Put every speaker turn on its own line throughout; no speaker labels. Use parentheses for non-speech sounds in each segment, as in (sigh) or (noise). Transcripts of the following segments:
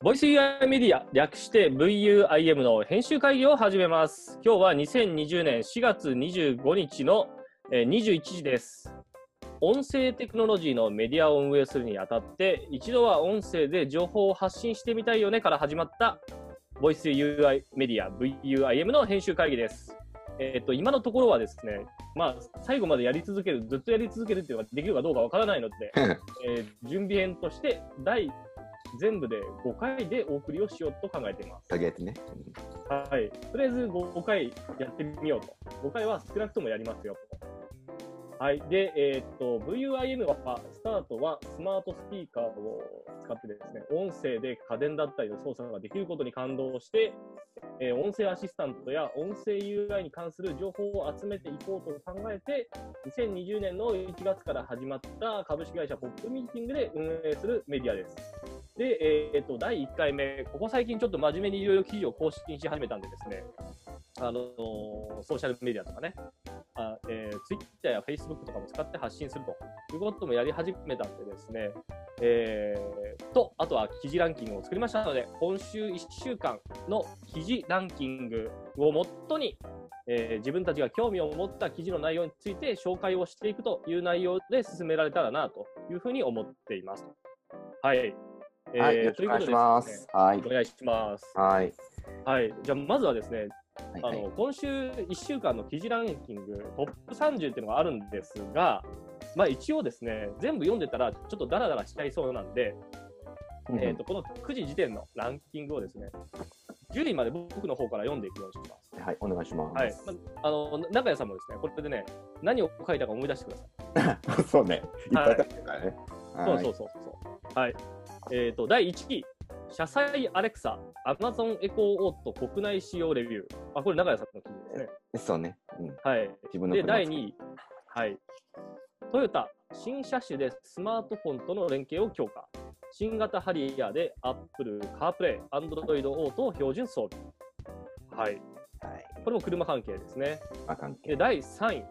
ボイス UI メディア略して VUIM の編集会議を始めます。今日は2020年4月25日のえー21時です。音声テクノロジーのメディアを運営するにあたって、一度は音声で情報を発信してみたいよねから始まったボイス UI メディア VUIM の編集会議です。えっと、今のところはですね、まあ、最後までやり続ける、ずっとやり続けるっていうのができるかどうかわからないので、えー準備編として第全部で5回でお送りをしようと考えてい
(laughs)
ます。
とりあえずね。
はい、とりあえず 5, 回やってみようと。5回は少なくともやりますよと。はい、で、えーっと、VUIM は、スタートはスマートスピーカーを使ってですね、音声で家電だったりの操作ができることに感動して、えー音声アシスタントや音声 UI に関する情報を集めていこうと考えて、2020年の1月から始まった株式会社ポップミーティングで運営するメディアです。で、えーっと、第1回目、ここ最近ちょっと真面目にいろいろ記事を更新し始めたんでですね、あのーソーシャルメディアとかね、あえー、Twitter や Facebook とかも使って発信するということもやり始めたんでですね、えーと、あとは記事ランキングを作りましたので、今週1週間の記事ランキングをもとに、えー自分たちが興味を持った記事の内容について紹介をしていくという内容で進められたらなというふうに思っています。はい。えー
はい、よろしくお願いしま
ということでですね。
はい
お。願いします。
はい。
はい、じゃあまずはですね、
はい
あ
はい
の今週1週間の記事ランキングトップ30っていうのがあるんですが、まあ、一応ですね全部読んでたらちょっとダラダラしちゃいそうなんで、
うん
えー、とこの9時時点のランキングをですね10位まで僕の方から読んでいくようにします。
はい、お願いしま
はいまあの中谷さんもですねこれでね何を書いたか思い出してください。
す。 (laughs) そうね。いっぱい食べてるからね。
そう
はい
そうそうそう。はい。えっ、と、第1位、車載アレクサ、アマゾンエコーオート国内使用レビュー。あ、これ、中谷さんの記事ですね。
そうね。うん。
はい。
自分の
で、
車
第2位、はい。トヨタ、新車種でスマートフォンとの連携を強化。新型ハリアーで Apple CarPlay、Android Auto を標準装備。はい。
はい。
これも車関係ですね。
あ、関係。
で第3位、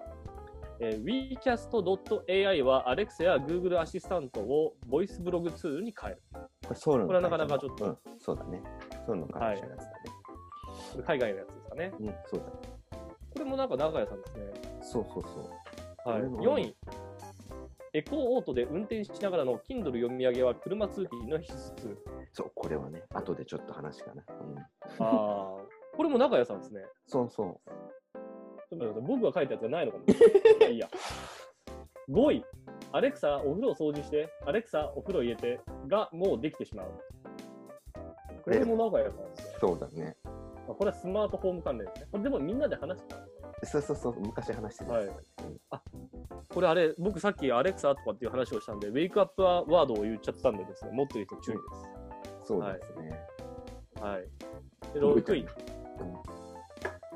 えー、WeCast.ai は Alexa や Google アシスタントをボイスブログツールに変える。
これ、ソウルの
これはなかなかちょっと
うんそうだね。ソウルの会社のやつだね。
これ海外のやつですかね。
うん、そうだね。
これもなんか長屋さんですね。
そうそうそう。
はい、
これも
4位、エコーオートで運転しながらの Kindle 読み上げは車通勤の必須。
そう、これはね、後でちょっと話かな。うん。
あーこれも長屋さんですね。
そうそ
ちょっと待ってください僕が書いたやつがないのかも。 (laughs) まあいいや。5位、アレクサ、お風呂掃除して、アレクサ、お風呂入れてがもうできてしまう。これも長屋さんですね
う。。そうだね。
まあこれはスマートホーム関連ですね。これでもみんなで話した。
そうそうそう、昔話してたやつだね。
これあれ、僕さっきアレクサとかっていう話をしたんで、ウェイクアップワードを言っちゃったんでですね、持ってる人注意で
そうですね。
す。はい。で
うん
6位。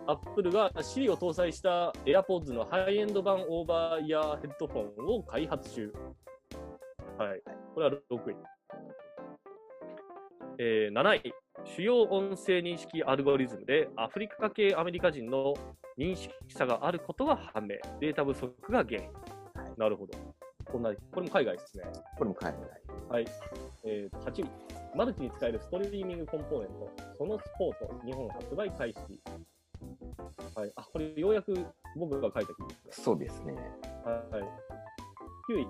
アップルが Siri を搭載した AirPods のハイエンド版オーバーイヤーヘッドフォンを開発中。はい。これは6位。えー7位。主要音声認識アルゴリズムでアフリカ系アメリカ人の認識差があることが判明。データ不足が原因。なるほど。こんな、これも海外ですね。
これも海外。
はい。えー、8位。マルチに使えるストリーミングコンポーネント。そのスポーツ、日本発売開始。はい。あ、これようやく僕が書いた記事ですね。
そうですね。
はい。9位。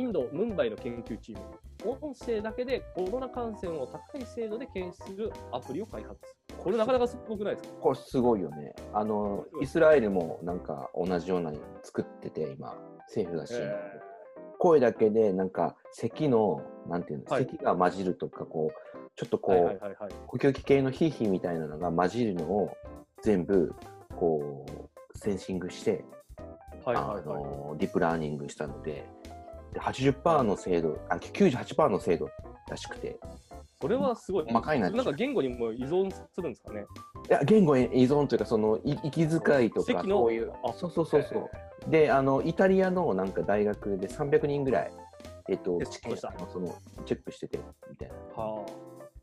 インド・ムンバイの研究チーム。音声だけでコロナ感染を高い精度で検出するアプリを開発。これなかなかすごくないですか
これすごいよね。あの
すごい
イスラエルもなんか同じようなの作ってて今政府だし、
え
声だけでなんか咳のなんていうの、
はい
咳が混じるとかこうちょっと
ー
こう、
はいはいはいはい。
呼吸器系のヒーヒーみたいなのが混じるのを全部こうセンシングして、
はいはい
あ
はい。
のディープラーニングしたので。で80%の精度、あ98%の精度らしくて、
それはすごい。
細かいな
なんか言語にも依存するんですかね。
いや言語へ依存というか、そのい息遣いとか、
席の
そういう、
あ
そうそうそうそう、であのイタリアのなんか大学で300人ぐらい、えっと
テストした
あのそのチェックしててみたいな。
は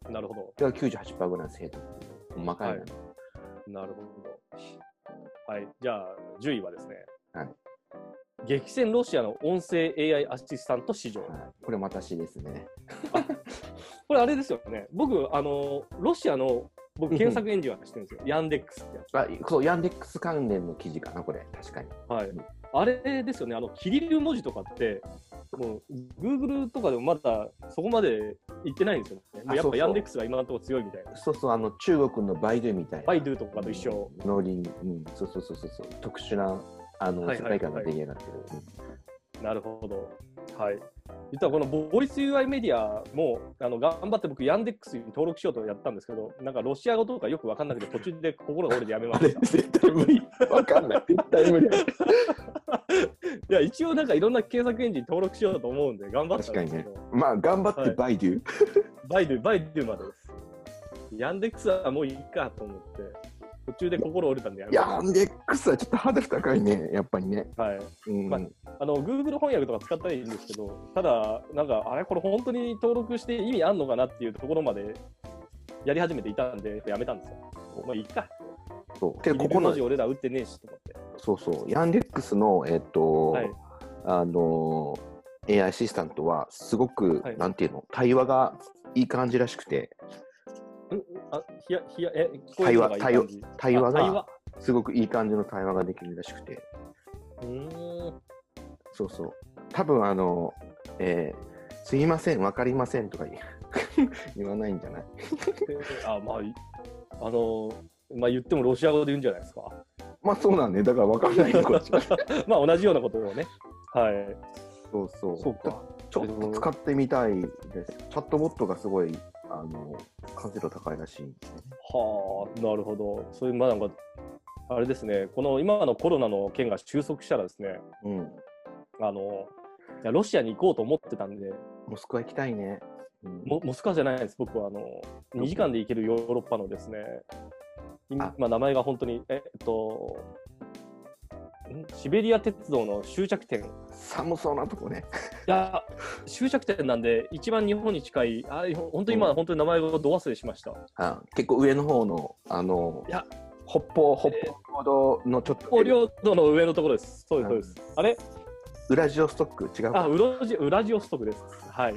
あ。なるほど。
それが98%ぐらいの精度。細かいな、
はいなるほど。はい、じゃあ10位はですね、
はい
激戦ロシアの音声 AI アシスタント市場。
はいこれも私ですね。
ここれあれですよね。僕、あの、ロシアの、僕、検索エンジンはしてるんですよ。ヤンデックスってやつ。
あそう、ヤンデックス関連の記事かな、これ、確かに。
はい。あれですよね。あの、キリル文字とかって、もう、Google とかでもまだそこまで行ってないんですよね。もうやっ
あそうそ
ぱ
う
ヤンデックスが今のところ強いみたいな。
そうそう、あの中国のバイドゥみたいな。
バイドゥとかと一緒。
農林、うん、そうそうそうそうそう、特殊なあの、
はい
世
はいはい
界観が出来上がってる。うん
なるほど。はい。実はこのボイス UI メディアもあの頑張って僕、ヤンデックスに登録しようとやったんですけど、なんかロシア語とかよく分かんなく
(laughs)
て、途中で心が折れてやめま
あ
し
れ、
た。
絶対無理。わかんない。絶対無理。
いや、一応なんかいろんな検索エンジン登録しようと思うんで、頑張ったんですけど、
まあ、頑張って
はい
バイドゥ。
バイドゥ、バイドゥまでです。ヤンデックスはもういいかと思って、途中で心折れたんでやめま
ヤンデックスはちょっとハードル高いね、やっぱりね。
した。はい。
うん。
まああの、Google 翻訳とか使ったらいいんですけど、ただ、なんか、あれ、これ本当に登録して意味あんのかなっていうところまでやり始めていたんで、やめたんですよ。まあ、いいか。
そう。け
こ
ど、ここ
文
の
字、俺ら打ってねえしと思って。
そうそう、ヤンデックスの、えっと、
はい。
あのー、AI アシスタントは、すごく、
はい
なんていうの、対話がいい感じらしくて、
んあ、ひや、ひや、え、聞こえるのがいい
対話
感じ
対話
あ対
が
話。
すごくいい感じの対話ができるらしくて、
うーん。
そうそう。多分あの、えーすいません、わかりませんとか言う (laughs) 言わないんじゃない
あ、まあ、いあのーまあ言ってもロシア語で言うんじゃないですか。 (laughs)
まあそうなんね、だからわかんないのこっちは
まあ同じようなことをね。はい。
そうそう。
そうか。
ちょっと使ってみたいです。チャットボットがすごい、あの、完成度高いらしいんですね。
はあ、なるほど。そういう、まあなんか、あれですね、この今のコロナの件が収束したらですね、
うん。
あの、いやロシアに行こうと思ってたんで、
モスクワ行きたいね。うん
モモスクワじゃないです、僕はあの2時間で行けるヨーロッパのですね、今
あ、
名前が本当に、えっと、んシベリア鉄道の終着点、い
寒そうなとこね。
や、終着点なんで、一番日本に近い、あほん本当に今、
うん
本当に名前をど忘れしました。
あ結構上の方の、あの、
いや
北方、北方領土のちょっと、
北領土の上のところです、そうです、そうです。あれ
ウラジオストック、違う
あ
か。
ウラジ、ウラジオストクです。はい。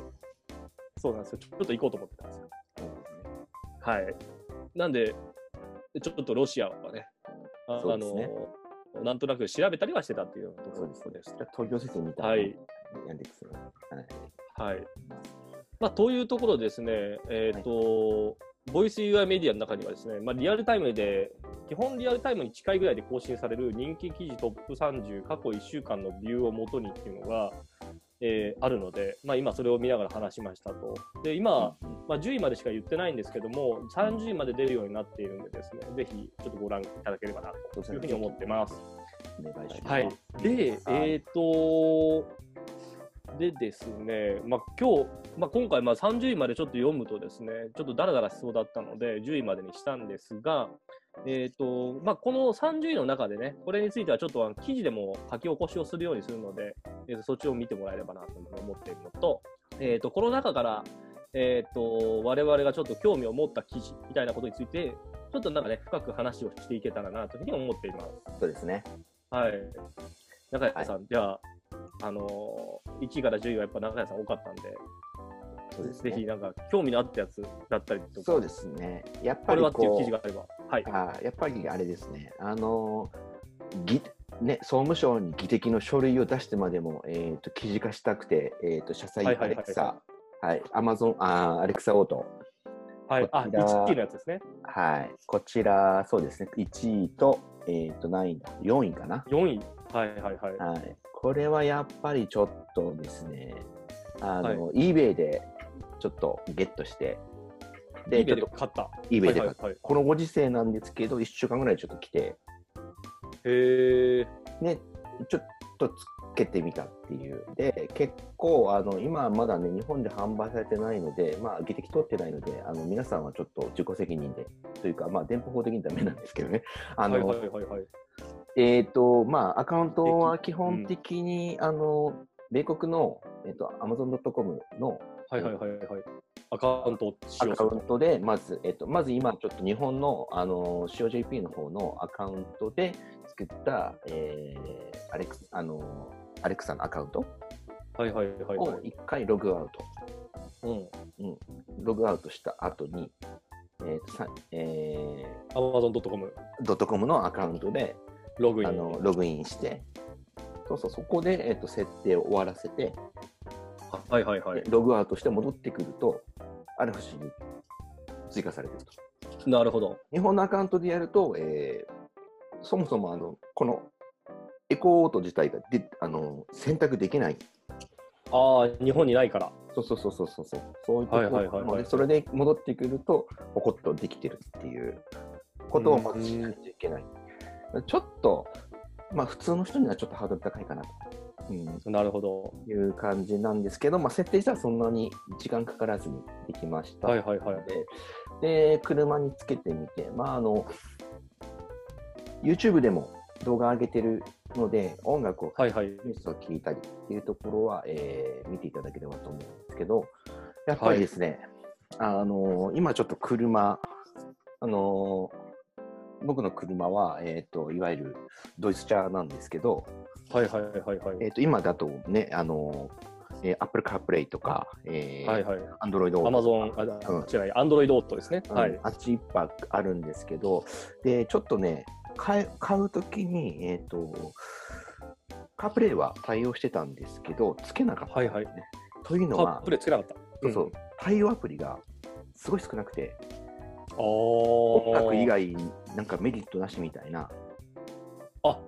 そうなんですよ。ちょっと行こうと思ってたんですよ。はい。なんで、ちょっとロシアはね、あ
そうですね
あのなんとなく調べたりはしてたっていうとこ
そう
ろ
です、そう
で
ですす。じ。ゃあ東京説みたいな。
はい。
ヤンデックスのはい
はい。まあ、というところでですね、えっ、と、ボイス UI メディアの中にはですね、まあ、リアルタイムで、基本リアルタイムに近いぐらいで更新される人気記事トップ30、過去1週間のビューをもとにっていうのが、えーあるので、まあ、今それを見ながら話しましたと。で、今、まあ、10位までしか言ってないんですけども、30位まで出るようになっているんでですね、ぜひちょっとご覧いただければなというふうに思ってます。
お願いします。
はい。で、えっ、とでですね、まあ、今日、まあ、今回、まあ、30位までちょっと読むとですね、ちょっとダラダラしそうだったので、10位までにしたんですが、えっ、と、まあ、この30位の中でね、これについてはちょっとあの記事でも書き起こしをするようにするので、えーとそっちを見てもらえればなというふうに思っているのと、えっ、と、この中から、えっ、と、我々がちょっと興味を持った記事みたいなことについて、ちょっとなんかね、深く話をしていけたらなというふうに思っています。
そうですね。
はい。中谷さん、じゃあ、あのー、1位から10位はやっぱ中谷さん多かったんで、
そうです
ぜ
ね。
ひなんか興味のあったやつだったりとか、
そうですね。やっぱ
これ
り
はっていう記
こ
事があれば。はい。
う、あーやっぱりあれですね。あのーぎね、総務省に議的の書類を出してまでも、えー、と記事化したくて、えー、と社債
はいは
ア
いはい
レクサ、はい、アマゾン、あーアレクサオート、
はい、あ、
こちら
1位のやつですね。
はい、こちら、そうですね、1位と、えー、と何位だ、4位かな、
4位。はいはいはい。
はい、これはやっぱりちょっとですね、あの、eBay でちょっとゲットして、
で、
で、
eBay
ちょっ
で
と
買った。
eBay で買
は
っ
いはいはい。
このご時世なんですけど、1週間ぐらいちょっと来て、
へえ。
ね、ちょっとつけてみたっていう。で、結構、あの、今まだね、日本で販売されてないので、まあ、技的通ってないので、あの、皆さんはちょっと自己責任で、というか、まあ、電波法的にダメなんですけどね。あ
はい
の、
はいはいはい。
えっ、と、まあ、アカウントは基本的に、あの、米国の、えっ、と、amazon.com の
はいはいはいはい。アカウントを使
ア
用す
カ
る
ウ。ントで、まず、えっと、まず今、ちょっと日本の、あの、COJP の方のアカウントで作った、えー、アレクス、あの、アレクサのアカウント
はいはいはいはい
を。一回ログアウト。
うん。
ログアウトした後に、えーとさえ
Amazon.com、
ー、ドットコムのアカウントで
ログイン。
あのログインして、そうそう、そこで、えー、と設定を終わらせて、
はいはいはい。
ログアウトして戻ってくると、ある不思議、追加されてると。
なるほど。
日本のアカウントでやると、えーそもそもあのこのエコーオート自体がであの選択できない。
ああ、日本にないから。
そうそうそうそうそうそう。そういうところなので、
はいはいはいはい
それで戻ってくると、ポコッとできてるっていうことをまずしないといけない。ちょっと、まあ普通の人にはちょっとハードル高いかなと。うん
なるほど。
いう感じなんですけど、まあ、設定自体はそんなに時間かからずにできました。
はいはいはい。
で、で車につけてみて、まあ、あの YouTube でも動画上げてるので、音楽を、
はいはい。
ニュースを聞いたりっていうところは、えー見ていただければと思うんですけど、やっぱりですね、あの今ちょっと車、あの僕の車は、えー、といわゆるドイツ車なんですけど、
はいはいはいはい。
えー、と今だとね、あのえー Apple CarPlay とか、えー
はいはい。
Android
アマゾン、
うん
あ、違う、アンドロイドオットですね。
うん
はい。
あっちいっぱいあるんですけど、で、ちょっとね、買え買うときに、えっ、と、カープレイは対応してたんですけど、つけなかったんですね。
はい
というの
カッ
は
プ、でつけなかった。
そうそう、対応アプリがすごい少なくて、音
音
楽以。外、なんかメリットなしみたいな。
あ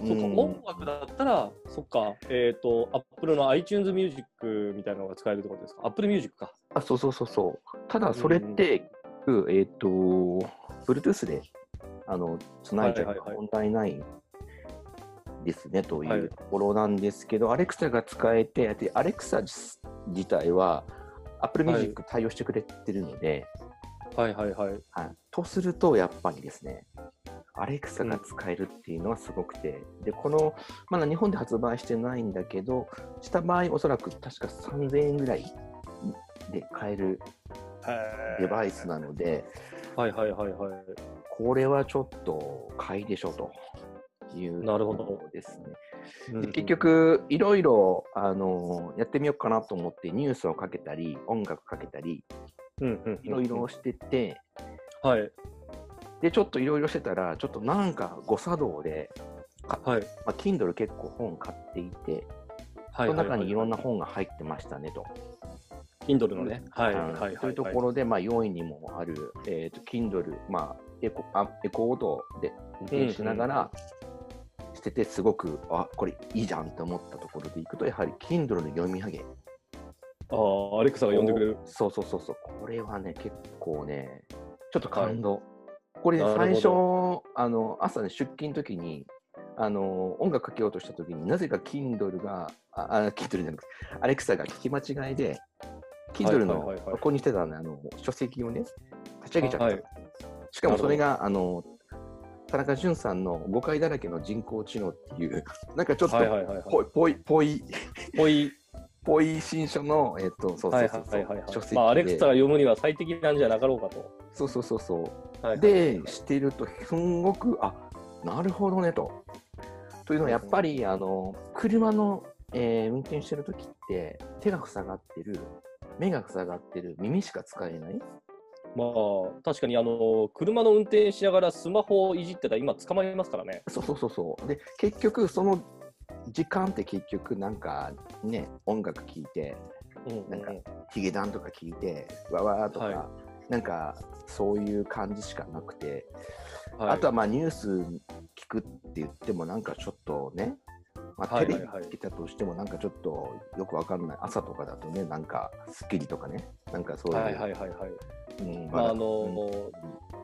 そうか、
ん
音楽だったら、そっか、えっ、と、Apple の iTunes Music みたいなのが使えるってことですか。Apple Music か。
あ、そうそうそうそう。ただ、それって、えっ、と、Bluetooth で、あの、つないじゃ
はいはいはい
問題ないですね、とい
はいう
ところなんですけど、アレクサが使えて、で、アレクサ自自体は、Apple
はい
Music 対応してくれてるので、
はいはいはい。
はい、とすると、やっぱりですね、アレクサが使えるっていうのはすごくて、で、この、まだ日本で発売してないんだけど、した場合、おそらく確か3000円ぐらいで買えるデバイスなので、
はいはいはいはい。
これはちょっと買いでしょという
なるほど
ところですね。
うん
で結、局、いろいろあのやってみようかなと思って、ニュースをかけたり、音楽かけたり、
うんうんうん
いろいろ。してて、
はい
で、ちょっといろいろしてたら、ちょっとなんか誤作動で、
はい。
まあ、Kindle 結構本買っていて、
は
そ
い
の中にいろんな。本が入ってましたねと。
Kindle のね。はいはいはいはい。
というところで、まあ、4位にもある、えー、と Kindle、まあ、エコあエコードで運転しながら、してて、すごく、あこれいいじゃんと思ったところでいくと、やはり Kindle の読み上げ。
ああ、アレクサが呼んでくれる。
そうそうそうそう、これはね、結構ね、ちょっと感動。これ、
なるほ
最初
ど、
あの朝ね、出勤の時に、あの音楽かけようとした時になぜか Kindle が、あ、あ Kindle じゃなくて、アレクサが聞き間違いで、
は
Kindle の
いはいはいはい
ここにしてたね、あの書籍をね、立ち上げちゃった。
はい
しかもそれが、あの、田中淳さんの誤解だらけの人工知能っていう、 (laughs) なんかちょっと
はいはいはいはい。
ぽい、ぽい、ぽい、
ぽい。
ぽい新書の、えっと、そうそ
は
う
い
そう
は
そ、
いはいう
書
は
籍
い。まあ、アレク
で
サが読むには最適なんじゃなかろうかと。
そうそうそうそう。
はいはい
で、してると、すんごく、あなるほどねと。というのは、やっぱり、あの車の、えー運転してるときって、手が塞がってる、目が塞がってる、耳しか使えない。
まあ、確かに、あの、車の運転しながらスマホをいじってたら今捕まりますからね。
そうそうそうそう。で、結局、その時間って結局、なんかね、音楽聴いて、
うんうん
なんかヒゲダンとか聴いて、わわーとか、
はい
なんか、そういう感じしかなくて、
はい、
あとはまあニュース聞くって言ってもなんかちょっとね、まあ、
はい
テレ
は
ビ
いはい
聞いたとしてもなんかちょっとよくわかんない朝とかだとねなんか『スッキリ』とかねなんかそういう、
はいはいはいはい。
うん
まあ、あの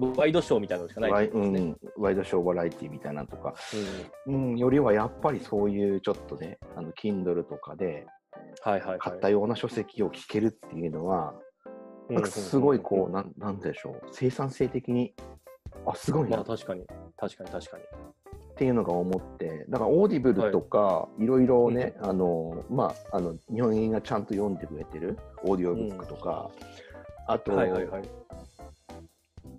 うん
ワイドショーみたいなのしかない
ワイ
ですね。
うんワイドショーバラエティみたいなのとか、
うん
うん、よりはやっぱりそういうちょっとねあの Kindle とかで
はいはい
買っ
は
たような書籍を聞けるっていうのは、
い。
なんかすごいこうなんなんでしょう生産性的にあすごい
ま
な
あ確かに、確かに確かに。
っていうのが思ってだからオーディブルとかいろいろね、あのまああの日本人がちゃんと読んでくれてるオーディオブックとか、あと、
はいはいはい。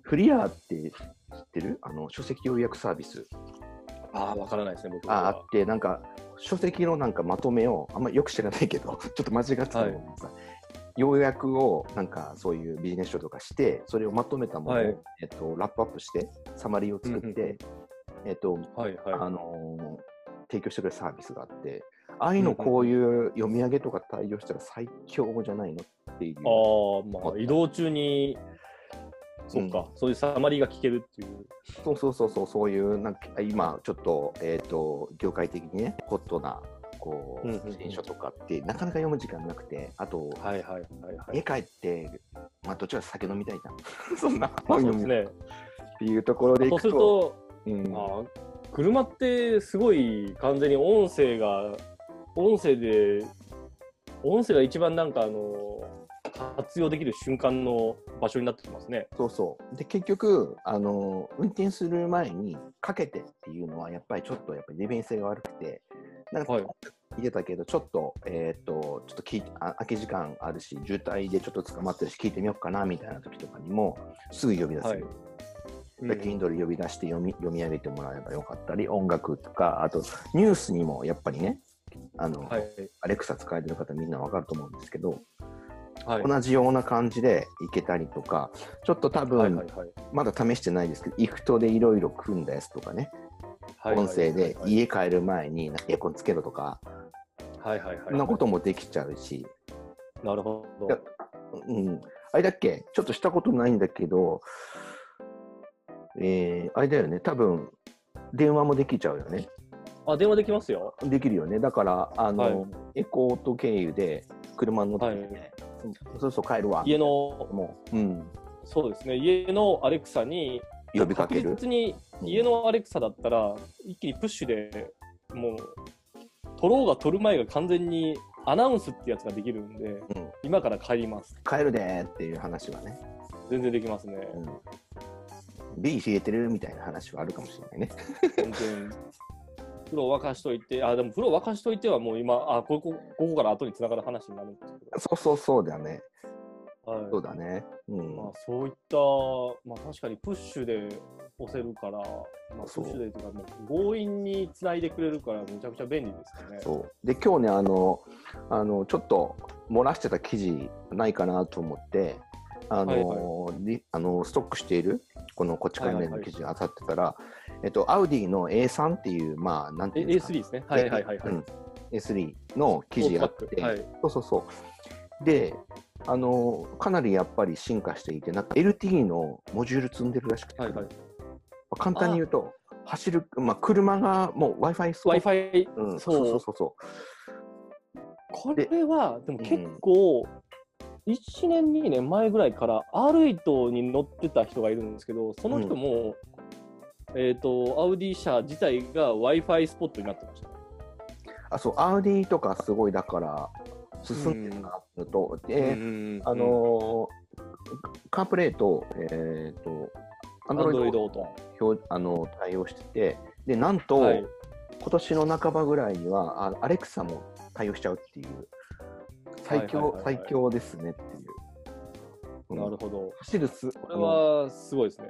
フリアーって知ってるあの書籍予約サービス
ああ、わからないですね、僕
ああ
は
っ。て (laughs) なんか書籍のなんかまとめをあんまよく知らないけどちょっと間違ってたのごめんなさい要約をなんかそういうビジネス書とかしてそれをまとめたものを、
はい
えっと、ラップアップしてサマリーを作って、
うんうんうん
えっと
はい
あ
は
のー提供してくれるサービスがあってああいうのこういう読み上げとか対応したら最強じゃないのっていう
い。ああ、まあ、移動中に、そうか、そういうサマリーが聞けるっていう。
そうそうそうそうそういうなんか今ちょっと,、えっと業界的にねホットなこ
うんうんう
うん新書とかってなかなか読む時間なくてあと、
はいはいはいは
家
い。
帰って、まあ、どっちかというと酒飲みたいじゃんそんな (laughs)
ま
本
あそう
読
で
む
すね。
っていうところでい
そう
く
す
と
ると、
うん
あー車ってすごい完全に音声が音声で音声が一番なんかあの活用できる瞬間の場所になってきますね。
そうそうで結局あの運転する前にかけてっていうのはやっぱりちょっとやっぱり利便性が悪くてなんか
はい
入れたけどちょっと,、えーっとちょっと聞いあ空き時間あるし渋滞でちょっと捕まってるし聞いてみようかなみたいな時とかにもすぐ呼び出せる、
うん
で Kindle 呼び出して読み読み上げてもらえばよかったり音楽とかあとニュースにもやっぱりねあの、
はい
アレクサ使えてる方みんなわかると思うんですけど、
はい
同じような感じでいけたりとかちょっと多分、
はいはいはい
まだ試してないですけど、イクトでいろいろ組んだやつとかね、
はいはい
音声で
はい
家帰る前になんかエアコンつけろとか、
はいはいはい
そんなこともできちゃうし、
なるほど
いやうん、あれだっけ、ちょっとしたことないんだけど、えー、あれだよね、多分電話もできちゃうよね、
あ電話できますよ
できるよね、だから、あの
はい
エコート経由で車に乗ってて、
はい
そろそろ帰るわ、
家の
もう、うん、
そうですね家のアレクサに
呼びかける
確。実に家のアレクサだったら一気にプッシュでもう取ろうが取る前が完全にアナウンスってやつができるんで、
ん
今から帰ります
帰るでーっていう話はね、
全然できますね
うん、ビール冷えてるみたいな話はあるかもしれないね。 (laughs)
全然風呂沸かしといてあでも風呂沸かしといてはもう今あここここから後に繋がる話になるんですけ
そうそうそうだね。
ど、はい
そうだね。うん。
まあ、そういった、まあ、確かにプッシュで押せるから、まあ、プ
そう
ッシュでというかもう強引に繋いでくれるからめちゃくちゃ便利ですよね
そう。で今日ねあのあのちょっと漏らしてた記事ないかなと思って。あのリあのストックしているこのこっち関連の記事が当たってたら、えっと、アウディの A3 っていう、まあ、なんて
え
いうんですか
A3 ですねはいはいはいはい、
うん A3 の記事があって、
はい
そうそうそう。で、あのかなりやっぱり進化していて、なんか LTE のモジュール積んでるらしくて、
はいはい
まあ簡単に言うと、走る、まあ、車がもう Wi-Fi そう
Wi-Fi、
うん、
そ
そううそうそうそ
これはでも結構、1年2年前ぐらいからアルイトに乗ってた人がいるんですけどその人も、えっ、とアウディ車自体が w i f i スポットになってましたね
う。あ、そう、アウディとかすごいだから、進んでるなっていうのと、で、あのーカープレイと、えっ、と、ア
アン
ンド
ド
ロ
ロ
イ
イ
ド
ドと
表あの対応してて、で、なんと、
はい
今年の半ばぐらいにはあアレクサも対応しちゃうっていう最強、
はいはいはいはい
最強ですねっていう、うん
なるほど
走るス
これはすごいですね、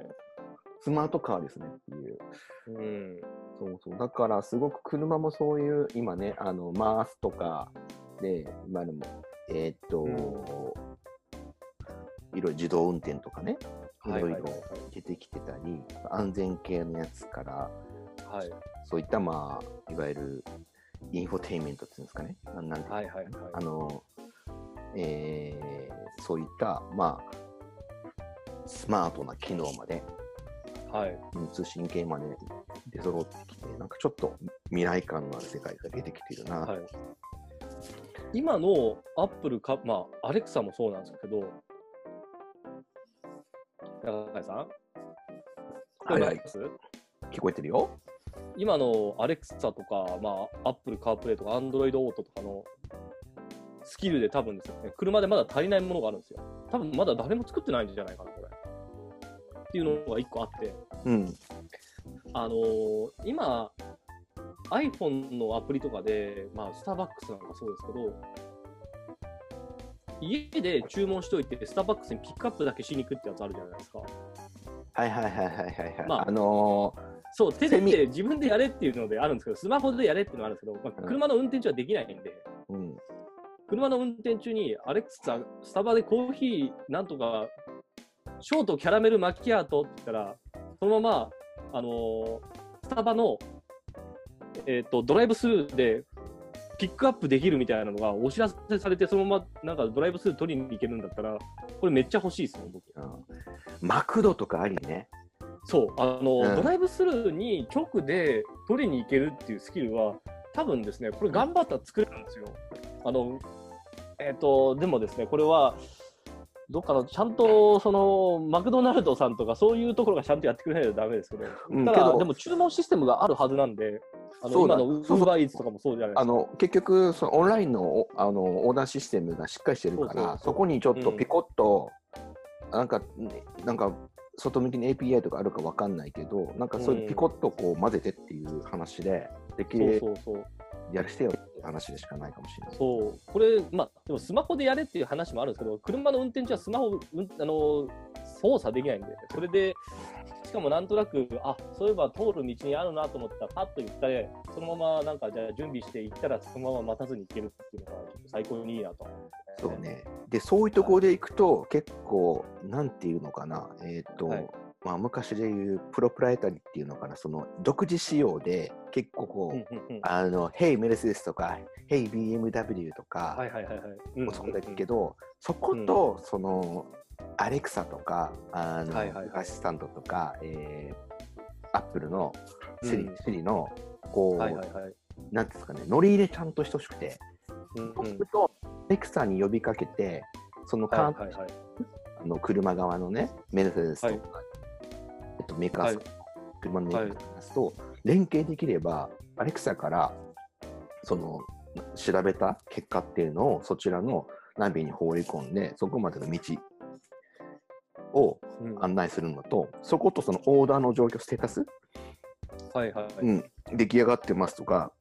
スマートカーですねっていう
うん、
そうそうだからすごく車もそういう今ねあのマースとかで今でもえーっと、いろいろ自動運転とかねいろいろ出てきてたり、安全系のやつから
はい
そういったまあいわゆるインフォテインメントっていうんですかねななんて
はいはいはいはい
あの、えーそういった、まあ、スマートな機能まで、
はい
うん通信系まで出揃ってきて、なんかちょっと未来感のある世界が出てきてるな。
はい、今のアップルか、まあ、アレクサもそうなんですけど、中谷さん、
はいはい
聞こえます
聞こえてるよ。
今のアレクサとか、まあ、アップルカープレイとか、アンドロイドオートとかのスキルで多分ですね、車でまだ足りないものがあるんですよ。多分まだ誰も作ってないんじゃないかな、これ。っていうのが一個あって、
うん。
あのー今、iPhone のアプリとかで、まあ、スターバックスなんかそうですけど、家で注文しといて、スターバックスにピックアップだけしに行くってやつあるじゃないですか。
はいはいはいはいはい、はい
ま
あ。
あ
の
そう、手
セミ
で自分でやれっていうのであるんですけど、スマホでやれっていうのがあるんですけど、まあ、車の運転中はできないんで、
ーうん。
車の運転中に、アレクサ、スタバでコーヒーなんとか、ショートキャラメルマキアートって言ったら、そのまま、あのースタバの、えっとドライブスルーでピックアップできるみたいなのがお知らせされて、そのままなんかドライブスルー取りに行けるんだったら、これめっちゃ欲しいですね、僕。
うんマクドとかありね。
そう、あの、
うん
ドライブスルーに直で取りに行けるっていうスキルは、多分ですね、これ頑張ったら作れるんですよ。あの、えっ、と、でもですね、これは、どっかの、ちゃんと、その、マクドナルドさんとか、そういうところがちゃんとやってくれないとダメですけど、
うん、
た
け
だ、
ど
でも注文システムがあるはずなんで、あの
そうだ
今のウ
そう
ー
そう
バーイーツとかもそうじゃないです
あ
か。
の結局そのオンラインのおあのオーダーシステムがしっかりしてるから
そ
そう
そうそう
こにちょっと
うん
ピコッと、なんかねなんか外向きに API とかあるかわかんないけどなんかそういううんピコッとこう混ぜてっていう話で、でき
そう
る
そうそう。
やらしてよって話でしかないかもしれない。
そう、これ、まあ、でもスマホでやれっていう話もあるんですけど、車の運転中はスマホ、うんあの操作できないんで、それで、しかもなんとなく、あそういえば通る道にあるなと思ったら、パッと行ったり、そのままなんか、じゃあ準備して行ったら、そのまま待たずに行けるっていうのが、ちょっと最高にいいなと思うんです
そう。ね、でそういうところでいくと、結構、なんていうのかな、えっ、と、
はい
まあ、昔でいうプロプライタリーっていうのかな、その独自仕様で、結構こう、
うんうんうん
あの、Hey メルセデスとか、Hey BMW とか、
はいはいはいはい。
もそうだけど、そこと、その、アレクサとか、あの、
はいはいはい
アシスタントとか、えー、アップルの、
うん
セリ、セリの、こう、
はいはいはい。
なんていうんですかね、乗り入れちゃんと等しくて、
うん
そう
う
す
ん
ると、アレクサに呼びかけて、その
はい
カ
は
ー、
いはい。
あの車側のね、メルセデスとか、
はい
えっと、メーカーさん、
は
車のメーカーさんと連携できれば、アレクサからその調べた結果っていうのをそちらのナビに放り込んで、そこまでの道を
うんは
案内するのと、そことそのオーダーの状況、ステータス、
いはいはい。
うん、出来上がってますとか、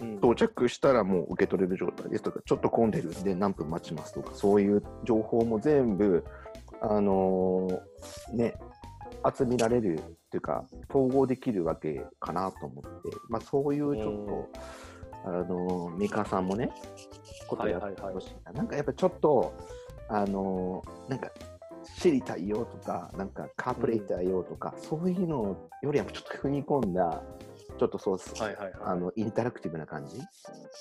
うん
到着したらもう受け取れる状態ですとか、ちょっと混んでるんで何分待ちますとか、そういう情報も全部、あのーね、集められるというか、統合できるわけかなと思って、まあ、そういうちょっと、あのーメーカーさんもね、ことをやってほしいな。なんかやっぱちょっと、あのーなんか、知りたいよとか、なんかカープレイ対応とか、そういうのよりはちょっと踏み込んだ、ちょっとそうです、
はいはいは
あ
い。
のインタラクティブな感じ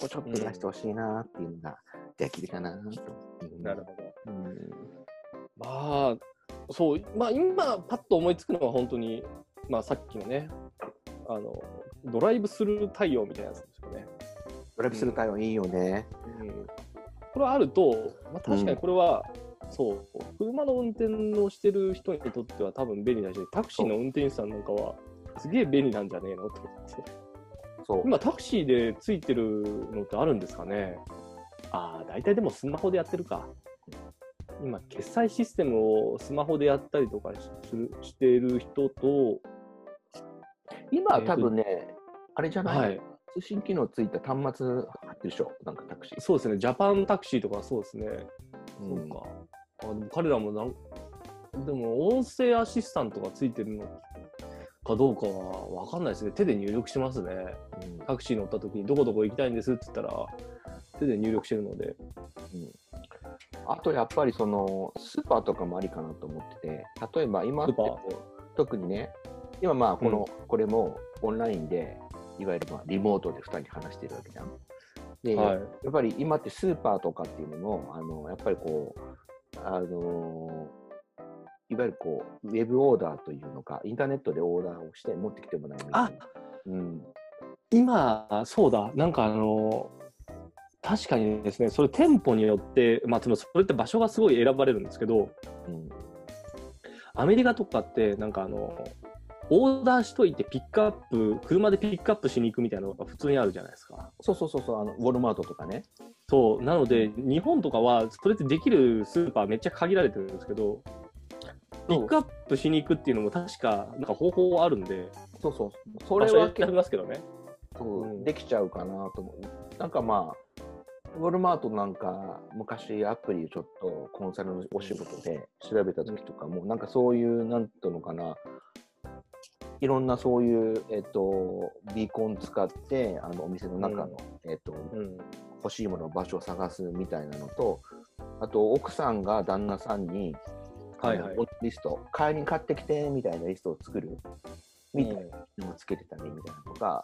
をちょっと出してほしいなっていうのができるかなと。
なるほど。
ど。うん
まあ、そう、まあ、今、パッと思いつくのは、本当に、まあ、さっきのね、あの、ドライブスルー対応みたいなやつですよね。
ドライブする対応いいよね。
これはあると、まあ、確かにこれは、そう、車の運転をしてる人にとっては多分便利だし、タクシーの運転手さんなんかは、すげえ便利なんじゃねえのと思って。
そう。
今、タクシーでついてるのってあるんですかねああ、大体でもスマホでやってるか。今、決済システムをスマホでやったりとかしするしている人と、
今は多分ね、あれじゃない、
はい、
通信機能ついた端末入ってるでしょ、なんかタクシー。
そうですね、ジャパンタクシーとかそうですね。
うん
そうか。あでも彼らもなん、でも音声アシスタントがついてるのかどうかは分かんないですね。手で入力しますね。
うん
タクシー乗った時にどこどこ行きたいんですって言ったら、手で入力してるので。
あとやっぱりそのスーパーとかもありかなと思ってて、例えば今って
スーパー
こう特にね、今まあこの、これもオンラインで、いわゆるまあリモートで2人話してるわけじゃん。で、
はい。
やっぱり今ってスーパーとかっていうのも、あのやっぱりこう、あのいわゆるこうウェブオーダーというのか、インターネットでオーダーをして持ってきてもらえる。
あ
うん、
今、そうだ、なんかあの、確かにですね、それ店舗によって、まあ、でもそれって場所がすごい選ばれるんですけど、
うん、
アメリカとかって、なんかあの、オーダーしといてピックアップ、車でピックアップしに行くみたいなのが普通にあるじゃないですか。
そうそうそうそう、あのウォルマートとかね。
そう、なので、日本とかは、それってできるスーパーめっちゃ限られてるんですけど、ピックアップしに行くっていうのも確か、なんか方法あるんで、
そうそう、そ
こ
れ
れ
は
は
結
選
構
びますけどね。
そう
うん
できちゃうかなと思う。なんかまあ、ウォルマートなんか、昔アプリちょっとコンサルのお仕事で調べた時とかも、なんかそういう、なんとのかな、いろんなそういう、えっと、ビーコン使って、あのお店の中の、えっと、
うん。
欲しいもの場所を探すみたいなのとあと奥さんが旦那さんに、
はいはい
あのリスト買いに買ってきてみたいなリストを作るみたいなのをつけてたりみたいなのが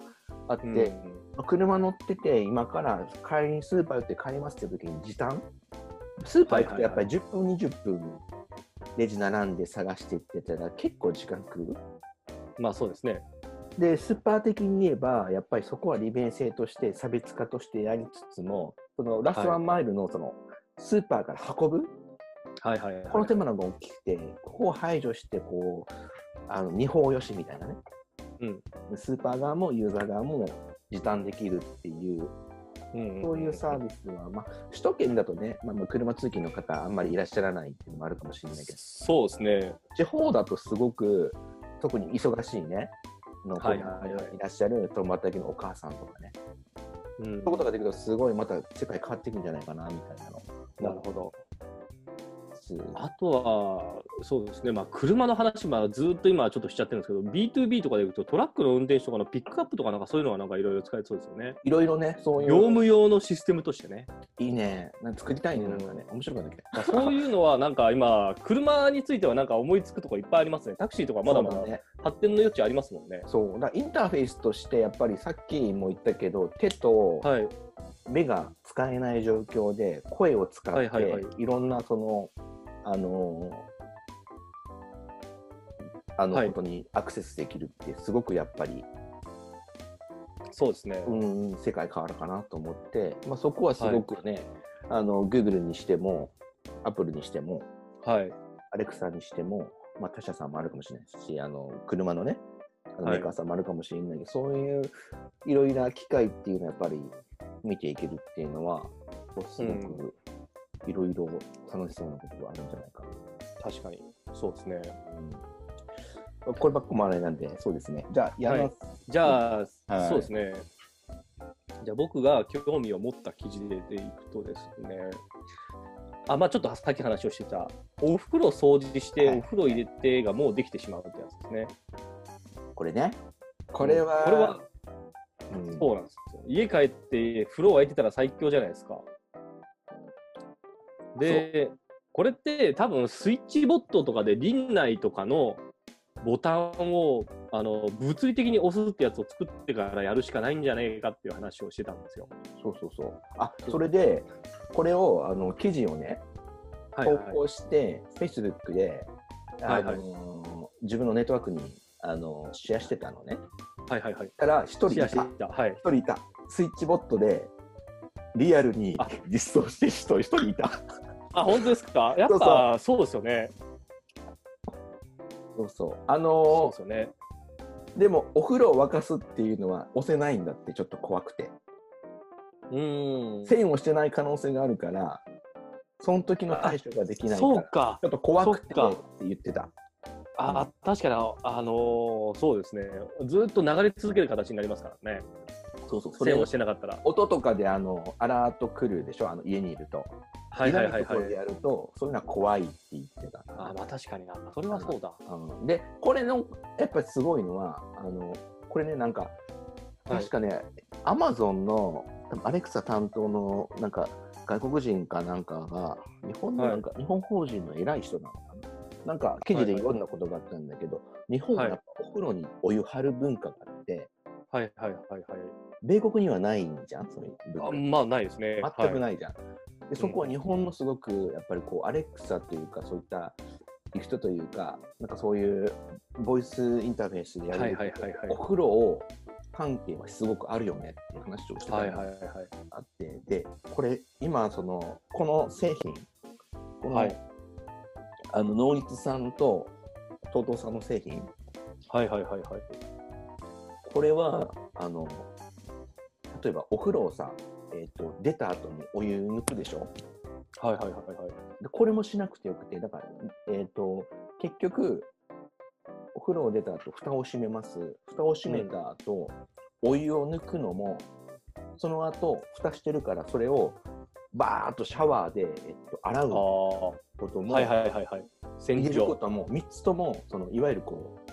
あって、
うん
車乗ってて今から帰りにスーパー行って買いますって時に時短スーパー行くとやっぱり10分20分レジ並んで探してってたら結構時間食う
まあそうですね。
でスーパー的に言えばやっぱりそこは利便性として差別化としてやりつつもそのラストワンマイルのそのスーパーから運ぶ、
はいはい、はい。
この手間のが大きくてここを排除してこうあの二方よしみたいなね、スーパー側もユーザー側も時短できるっていう
うん
そういうサービスは、まあ、首都圏だとね、まあ、まあ車通勤の方、あんまりいらっしゃらないっていうのもあるかもしれないけど、
そうですね。
地方だとすごく、特に忙しいね、の
はいはいはい
いらっしゃる共働きのお母さんとかね、
うん
そういうことができると、すごいまた世界変わっていくんじゃないかなみたいな
な
の。
るほど。
す
あとは、そうですね、まあ、車の話、まあ、ずーっと今ちょっとしちゃってるんですけど、B2B とかでいくと、トラックの運転手とかのピックアップとか、なんかそういうのはなんかいろいろ使えそうですよね。
いろいろね、そういう。
業務用のシステムとしてね。
いいね。なんか作りたいね、
うん
なんかね。面白くなってき (laughs) た。
まあそういうのは、なんか今、車についてはなんか思いつくとこいっぱいありますね。タクシーとかまだま
そう
だ
ね。
発展の余地ありますもんね。
そう。だからインターフェースとして、やっぱりさっきも言ったけど、手と
はい。
目が使えない状況で声を使って、
はい
い
はいはい
ろんなそのあのーあの
はい
ことにアクセスできるってすごくやっぱり、
そうですね。
うん、世界変わるかなと思って、まあ、そこはすごくね、あの Google にしても Apple にしても
はい。
Alexa にしても、まあ、他社さんもあるかもしれないですしあの車のねあの
は
メ
い
ーカーさんもあるかもしれないけど、そういういろいろな機会っていうのはやっぱり見ていけるっていうのはこうすごくいろいろ楽しそうなことがあるんじゃないか
確かに。そうですね。
な、うん、こればっかもあれなんでそうですねじゃあ矢野、
はいじゃあ、
はい
そうですね。じゃあ僕が興味を持った記事でいくとですね、あ、まあちょっとさっき話をしてた、お風呂掃除して、
はい
お風呂入れてがもうできてしまうってやつですね。
これねこれは、
これは、
うん
そうなんですよ。家帰って風呂沸いてたら最強じゃないですか。で、これって多分スイッチボットとかで輪内とかのボタンをあの物理的に押すってやつを作ってからやるしかないんじゃねえかっていう話をしてたんですよ。
そうそうそうあそれでこれをあの記事をね
はい
投
はい、
稿して、Facebook で、
は
あ
いはい
のー自分のネットワークに、あのーシェアしてたのね。
はいはいはい。
たら、一
シェ
人い
アして
た
いっ。た。はい。
一人いた。スイッチボットで、リアルに
あ
実装してる人一人いた。
あ、本当ですか。やっぱそうですよね。
そうそう。あ
そう
の
ですよね。
ーでも、お風呂を沸かすっていうのは押せないんだって、ちょっと怖くて。
うーん。
栓をしてない可能性があるから、その時の対処ができないか
そ
ら、
うか
ち。ょっと怖くて
そっ
っ
か
て言ってた。
あー確かに、あのーそうですね。ずっと流れ続ける形になりますからね。
そうそう。そ
それ
れを
をしてなかったら。
音とかであのアラート来るでしょあの家にいると。
はいはいはい
いと
は
こ
い
ろ。でやると、そういうのは怖いって言ってた。
あーまあ確かにな。それはそうだ。
うん、で、これの、やっぱりすごいのは、あの、これね、なんか、
はい
確かね、アマゾンの、多分アレクサ担当の、なんか、外国人かなんかが、日本の
はい
なんか、日本法人の偉い人なのかな。なんか、記事でいろんなことがあったんだけど、日本はやっぱお風呂にお湯張る文化があって、
はいはいはいはい。
米国にはないんじゃん、そういう文化
あまあないですね。
全く
はい
ないじゃん。でそこは日本のすごくやっぱりこうアレクサというかそういった行く人というかなんかそういうボイスインターフェースでやる、
はいはいはいはい
お風呂を関係はすごくあるよねっていう話をしてた
はい
の
はい
が
はいはい。
あって、でこれ今そのこの製品この,、
はい
あの能率さんと TOTO さんの製品
はいはいはいはい。
これはあの例えばお風呂をさ、えー、と出た後にお湯抜くでしょ
はいはいはいはい。
でこれもしなくてよくて、だから、えっ、と、結局、お風呂を出た後、蓋を閉めます。蓋を閉めた後、お湯を抜くのも、その後、蓋してるから、それを、バーっとシャワーで、えっと、洗う
あ
こ
あ。は
と
い
も、
はいはいはい。洗
入れるこ
浄。
とも、3つとも、その、いわゆるこう、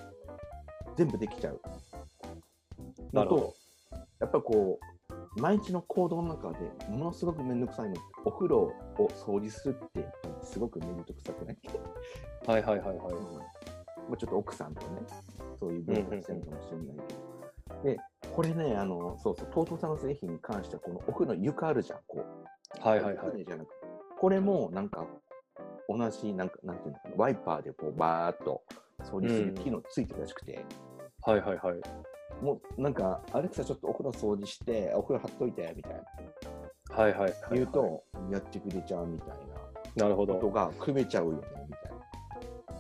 全部できちゃう。
なるほ
のとやっぱこう、毎日の行動の中でものすごく面倒くさいのってお風呂を掃除するってすごく面倒くさくない、 (laughs)
はいはいはいはい。
まあ、ちょっと奥さんとねそういう文化してるかもしれないけど、でこれねあのそうそう TOTO さんの製品に関してはこのお風呂の床あるじゃんこう
はいはいはい。
船じゃなくてこれもなんか同じなんかなんていうのかなワイパーでこうバーッと掃除する機能ついてるらしくて、
はいはいはい。
もうなんか、アレクサちょっとお風呂掃除して、お風呂張っといて、みたいな。
はいはい。
言う。と、やってくれちゃうみたい
なるほ
な。こと
ど。
が、組めちゃうよね、みたいな。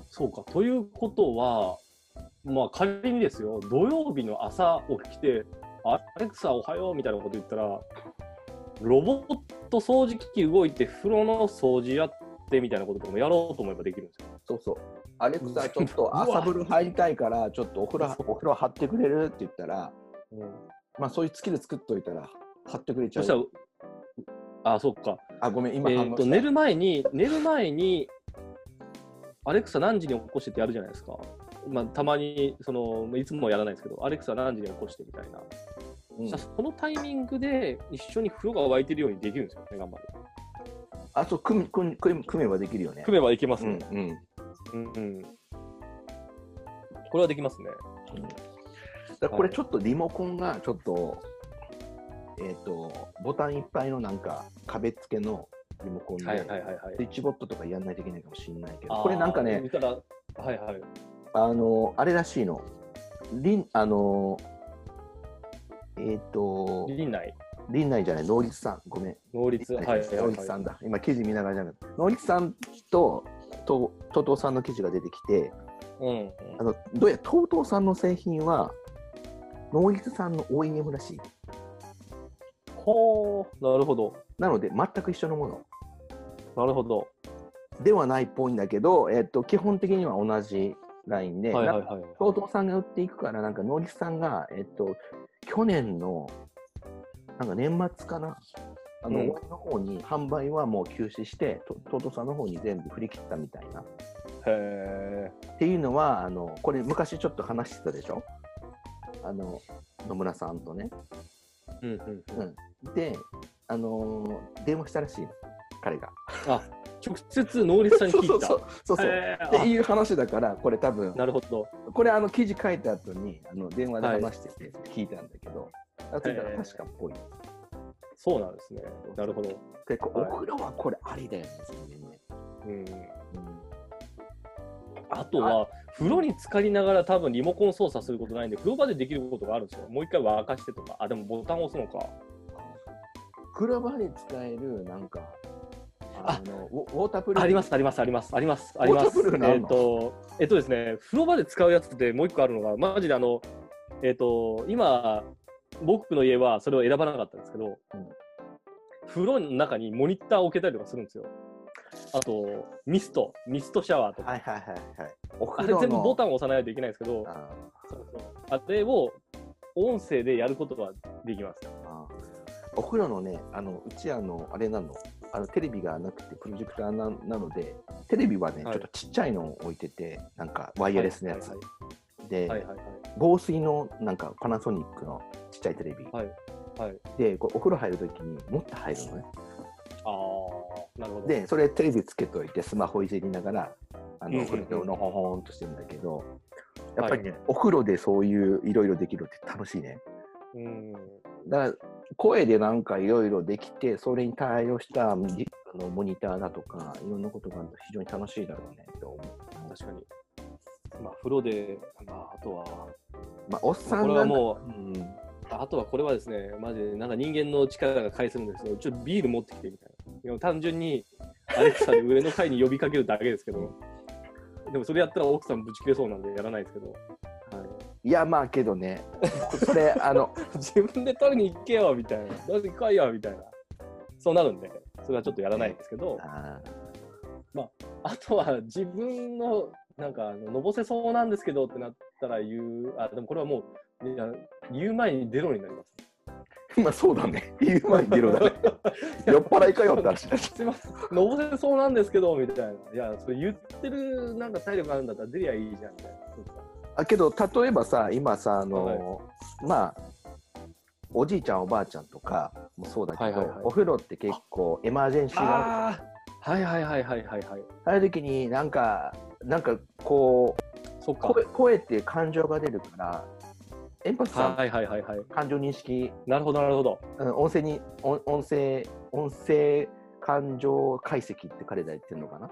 そうか。ということは、まあ仮にですよ、土曜日の朝起きて、アレクサおはようみたいなこと言ったら、ロボット掃除機器動いて風呂の掃除やってみたいなこととかもやろうと思えばできるんですよ。
そうそう。アレクサ、ちょっと朝風呂入りたいから、ちょっとお風呂、お風呂張ってくれるって言ったら、まあ、そういうスキル作っといたら、張ってくれちゃ。
そうしたら、あ、そっか。
あ、ごめん、今
え
反
ー、
応
と
した
寝る前に、寝る前に、アレクサ何時に起こしてってやるじゃないですか。まあ、たまにその、いつもやらないですけど、アレクサ何時に起こしてみたいな。
うん
そしたらそのタイミングで一緒に風呂が沸いてるようにできるんですよね、頑張る。
あと組み組み組み組めばできるよね。
組めばいけます
うん
ね。
うんう
う
ん
ん、うんこれはできますね。
だからこれちょっとリモコンがちょっと、えっ、と、ボタンいっぱいのなんか壁付けのリモコンで、
はいはいはいはい。
スイッチボットとかやんないといけないかもしれないけど、これなんか
あー
ね、
見たら、はいはい。
あの、あれらしいの、りん、あの、えっ、と、
輪内、
りんないじゃない、能率さん、ごめん、
能率、はいはい
能
はい
率さんだ、今、記事見ながらじゃなくて、能率さんと、と、とうとうさんの記事が出てきて、
うん。
あの、どうやら、とうとうさんの製品は、能率さんの OEM らしい。
ほう、なるほど。
なので、全く一緒のもの
なるほど。
ではないっぽいんだけど、えっ、と、基本的には同じラインで、
はいはいはい。
東東さんが売っていくから、なんか農立さんが、えっと、去年の、なんか年末かな、あの、
うん
終わりの方に販売はもう休止して、と東東さんの方に全部振り切ったみたいな。っ
へ
ていうのは、あの、これ昔ちょっと話してたでしょあの、野村さんとね。
え。うんうん。
で、あのー電話したらしいの、彼が。
あ、直接能率さんに聞いた。
(laughs) そうそうそう。そうそう
へ
って
ー
いう話だから、これ多分
あ、なるほど。
これあの記事書いた後にあの電話で
はい
話してて聞いたんだけど、あとから確かっぽい。
そうなんですね。なるほど。
でこ
はい
お風呂はこれありだよね、全然ね。
うん。
うん
あとは、風呂に浸かりながら多分リモコン操作することないんで、風呂場でできることがあるんですよ。もう一回沸かしてとか。あ、でもボタン押すのか。
風呂場で使える、なんか、あのウォウォータープルーフ
あります、あります、あります、あります、あり
ポ
ま
ータ
す。
ブルなの
えっ、と、えっ、とですね、風呂場で使うやつでもう一個あるのが、マジであの、えっ、と、今、僕の家はそれを選ばなかったんですけど、
うん
風呂の中にモニターを置けたりとかするんですよ。あと、ミスト、ミストシャワーとか。
はいはいはいはい。お
あ
風
れ
呂の
全部ボタンを押さないといけないんですけど、
あ
そうそうあれを音声でやることができます。
ーあーお風呂のね、あのうちあの、あれなの、あのテレビがなくて、プロジェクターななので、テレビはね、
はい
ちょっとちっちゃいのを置いてて、なんかワイヤレスのやつ。
はい
で、
はいはいはい
防水のなんかパナソニックのちっちゃいテレビ、
はいはい。はい
でこうお風呂入るときにもっと入るのね
ああ、なるほど。
でそれテレビつけといてスマホいじりながらあ
うんうんうん
のお風呂のほほんとしてるんだけどやっぱりね、お風呂でそういういろいろできるって楽しいね
うん。
だから声でなんかいろいろできてそれに対応したじあのモニターだとかいろんなことがあると非常に楽しいだろうねと思う、
確かに。まあ、風呂で、まあ、あとは、
まあ、お
ま
っ
あ
さ
こ
ん
れ
が
はも
うん、
う、ああとはこれはですね、マジで、なんか人間の力が返するんですけど、ちょっとビール持ってきてみたいな。でも単純に、アレクサで上の階に呼びかけるだけですけど、でもそれやったら奥さんぶち切れそうなんでやらないですけど、はい
やまあけどねそれ
(laughs)
あの
い、自分で取りに行けよみたいな、どうせ行こうよみたいな、そうなるんで、それはちょっとやらないですけど、
あー
あとは自分のなんかあののぼせそうなんですけどってなったら言うあでもこれはもういや言う前に出ろになります。
まあそうだね。言う前に出ろだ
(laughs)
ね。酔っ払いかよって話だし。
すいませんのぼせそうなんですけどみたいな。いやそれ言ってるなんか体力あるんだったら出りゃいいじゃんみたいな。
あけど、例えばさ、今さ、あの、まあ、おじいちゃんおばあちゃんとかもそうだけど、
はいはいはい
お風呂って結構エマージェンシーがあるじゃん
ああ、はいはいはいはいはいはい。
ある時になんかなんかこう
そっか。
声声っていう感情が出るからエンパスさん、
はいはいはいはい。
感情認識
なるほどなるほど。
うん音声に音音声音声感情解析って彼ら言ってるのかな、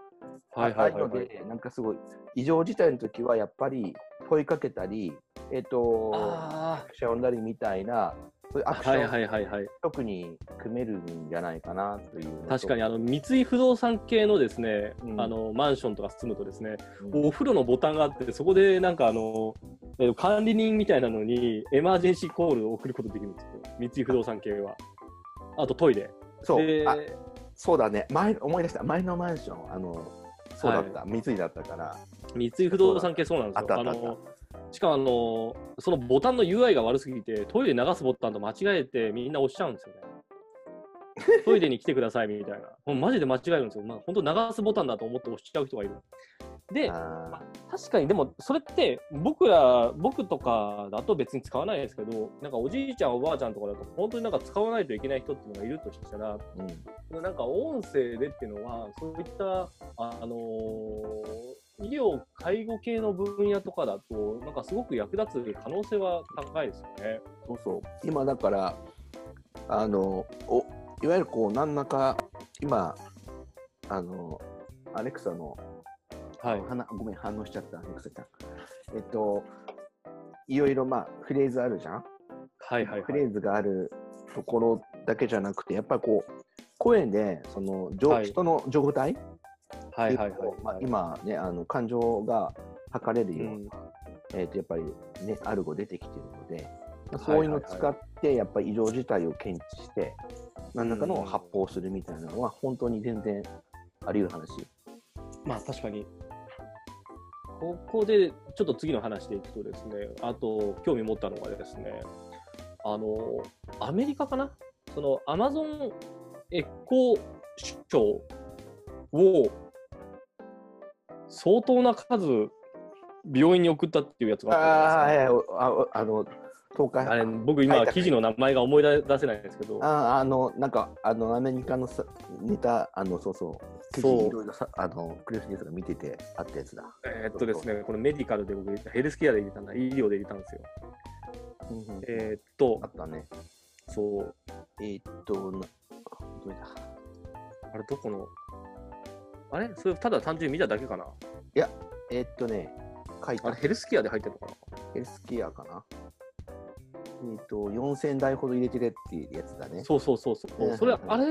はいはいはい、
ああ
は
いう
い
の。でなんかすごい異常事態の時はやっぱり問いかけたりえっ、と
あ
アクションなりみたいなそういうアクシ
あ。はい
ョン、
はいはいはい。
特に組めるんじゃないかなというのと
確かにあの三井不動産系のですね、
うん
あのマンションとか住むとですね、
うん
お風呂のボタンがあって、そこでなんかあの、えー管理人みたいなのにエマージェンシーコールを送ることできるんですよ、三井不動産系は。あとトイレ。
そう
で
あそうだね前思い出した前のマンションあのそうだった、三井だったから
三井不動産系そうなんですよ。
あったあったあ
のしかもあのそのボタンの UI が悪すぎてトイレ流すボタンと間違えてみんな押しちゃうんですよ
(laughs)
ね。トイレに来てくださいみたいな。もうマジで間違えるんですよ。まあ、本当流すボタンだと思って押しちゃう人がいる。で、
あ
確かにでもそれって僕ら僕とかだと別に使わないですけどなんかおじいちゃんおばあちゃんとかだと本当になんか使わないといけない人っていうのがいるとしたら
ー、うん
なんか音声でっていうのはそういったあのー医療介護系の分野とかだとなんかすごく役立つ可能性は高いですよね。
そうそう今だからあのおいわゆるこう何らか今あのアレクサの、
はい
はなごめん反応しちゃったアレクサちゃんえっといろいろまあフレーズあるじゃん、
はいはい
フ
はい
レーズがあるところだけじゃなくてやっぱりこう声でその、じょ
はい
人の状態って
はいいうはい
のをまあ
はい。
今ねあの感情が測れる
う
ようなんえー、とやっぱりねアルゴ出てきてるので、まあ
はい
そ
は
う
いはい
いうのを使ってやっぱり異常事態を検知して何らかの発砲をするみたいなのは本当に全然あり得る話。
まあ確かに。ここでちょっと次の話でいくとですね、あと興味持ったのがですね、あの、アメリカかなそのアマゾンエコー賞を相当な数病院に送ったっていうやつがあったじゃないですか。
あああの東海
あれ僕今記事の名前が思い出せないんですけど、
ああのなんかあのアメリカのさネタあのそうそう記事
そう
いろいろさあのクリス・ニュースが見ててあったやつだ。
えーっとですね、これメディカルで僕入れたヘルスケアで入れたんだ、医療で入れたんですよ。
うんうん
えーっと
あ、ったね。
そう、
えーっとなどれだ
あれ、どこのあれそれただ単純に見ただけかな
えーっとね書い
あ
た
れ、ヘルスケアで入ってるのか
ヘルスケアかな。えっ、と、4000台ほど入れてるっていうやつだ
な
ね。
そうそうそうそう。
うん
それ、あれ、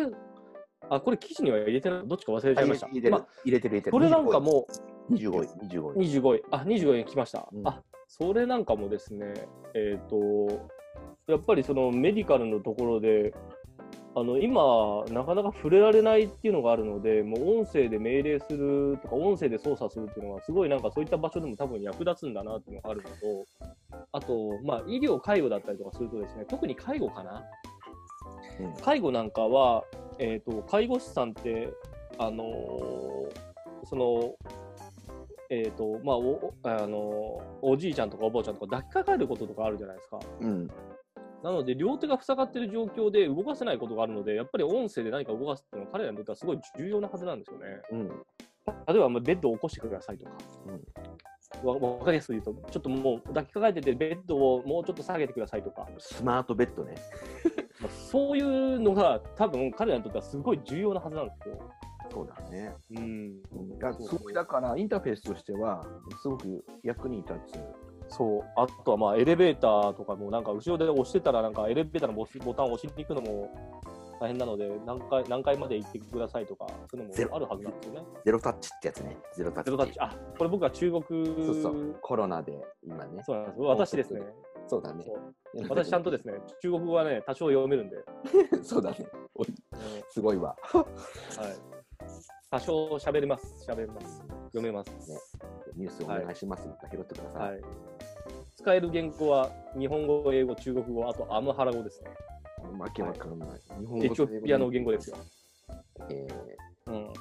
あ、これ記事には入れてない、どっちか忘れちゃいました。
入れてる
まあ、
入れてる、入れてる。
それなんかも
25位、25位。
う25位、あ、25位来ました。
うん
あ、それなんかもですね、えっ、と、やっぱりそのメディカルのところで、あの今、なかなか触れられないっていうのがあるので、もう音声で命令するとか、音声で操作するっていうのは、すごいなんかそういった場所でも多分役立つんだなっていうのがあるのと、あと、まあ、医療、介護だったりとかするとですね、特に介護かな、
うん
介護なんかは、えー、と介護士さんって、あのーそのえーとまあおあのーおじいちゃんとかおばあちゃんとか抱きかかえることとかあるじゃないですか。
うん。
なので両手が塞がってる状況で動かせないことがあるのでやっぱり音声で何か動かすっていうのは彼らにとってはすごい重要なはずなんですよね。
うん。
例えばまあベッドを起こしてくださいとか、わわかりやすく言うとちょっともう抱きかかえててベッドをもうちょっと下げてくださいとか、
スマートベッドね。
まあそういうのが多分彼らにとってはすごい重要なはずなんですよ。
そうだね。
うん
うん、だすごいだから、インターフェースとしては、すごく役に立つ。
そう、あとはまあエレベーターとかも、なんか後ろで押してたら、なんかエレベーターのボスボタンを押しに行くのも大変なので、何階何階まで行ってくださいとか、そういう
ゼ
の
ロ
もあるはずなんですよね。
ゼロタッチってやつね。ゼロタッチ。
ゼロタッチ、あこれ僕は中国、
そうそう。コロナで、今ね。
そうなんです、私ですね、
そうだね
そ。う私ちゃんとですね、中国語はね、多少読めるんで、
(laughs) そうだね。おい
あのはい、
すごいわ。
多少喋れます、喋れます、読めます。
ねニュースお願いします。いっぱい拾ってください。
はい使える言語は日本語、英語、中国語、あとアムハラ語ですね。
わけわかんない。日本
エチオピアの言語です
よ。
よ。
え
うん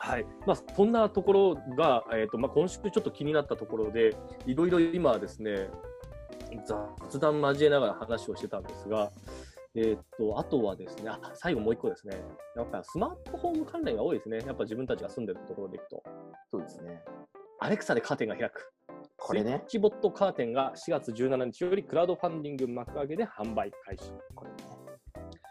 はいまあ、そんなところが、えーとまあ、今週ちょっと気になったところでいろいろ今はですね雑談交えながら話をしてたんですが、えーっと、あとはですね、あ最後もう一個ですね、やっぱスマートフォン関連が多いですね、やっぱ自分たちが住んでるところでいくと、
そうですね。
アレクサでカーテンが開く、
これ
スイ
ね
ッ。チボットカーテンが4月17日よりクラウドファンディング幕上げで販売開始。
これね。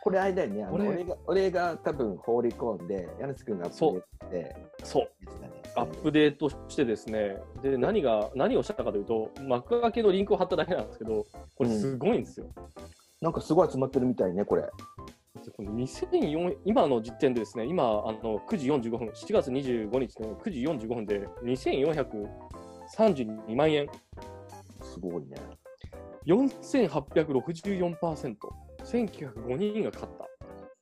これあれだよね。あ
こ
の
れ
俺が俺が多分放り込んで、柳瀬君がアップデートして
そう
やってたね。
アップデートしてですね、で何が何をしたかというと、幕開けのリンクを貼っただけなんですけど、これすごいんですよ。
なんかすごい集まってるみたいね、これ。
でこの2004今の時点でですね、今あの9時45分、7月25日の9時45分で2432万円、
すごいね。
4864%、1905人が買った。こ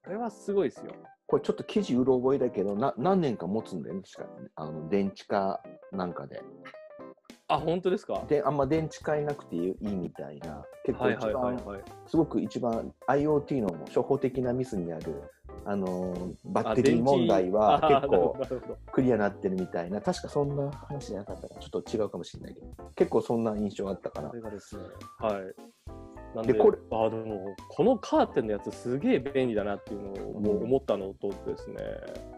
れはすごいですよ。
これちょっと記事うろ覚えだけど、な何年か持つんだよね、確かに。あの電池化なんかで。
あ、本当ですか。
で、あんま電池化いなくていいいいみたいな。結構
はい
一
はい
番、
はいはい。
すごく一番 IoT の初歩的なミスにある、あのーバッ
あ
テリー問題は
(laughs) 電池あ
結
なるほ
構
どなるほど
クリアになってるみたいな、確かそんな話じゃなかったから、ちょっと違うかもしれないけど、結構そんな印象あったから
これ。がですね、はい。なんで、
でこれ
あでもこのカーテンのやつ、すげえ便利だなっていうのをもう思ったのとですね、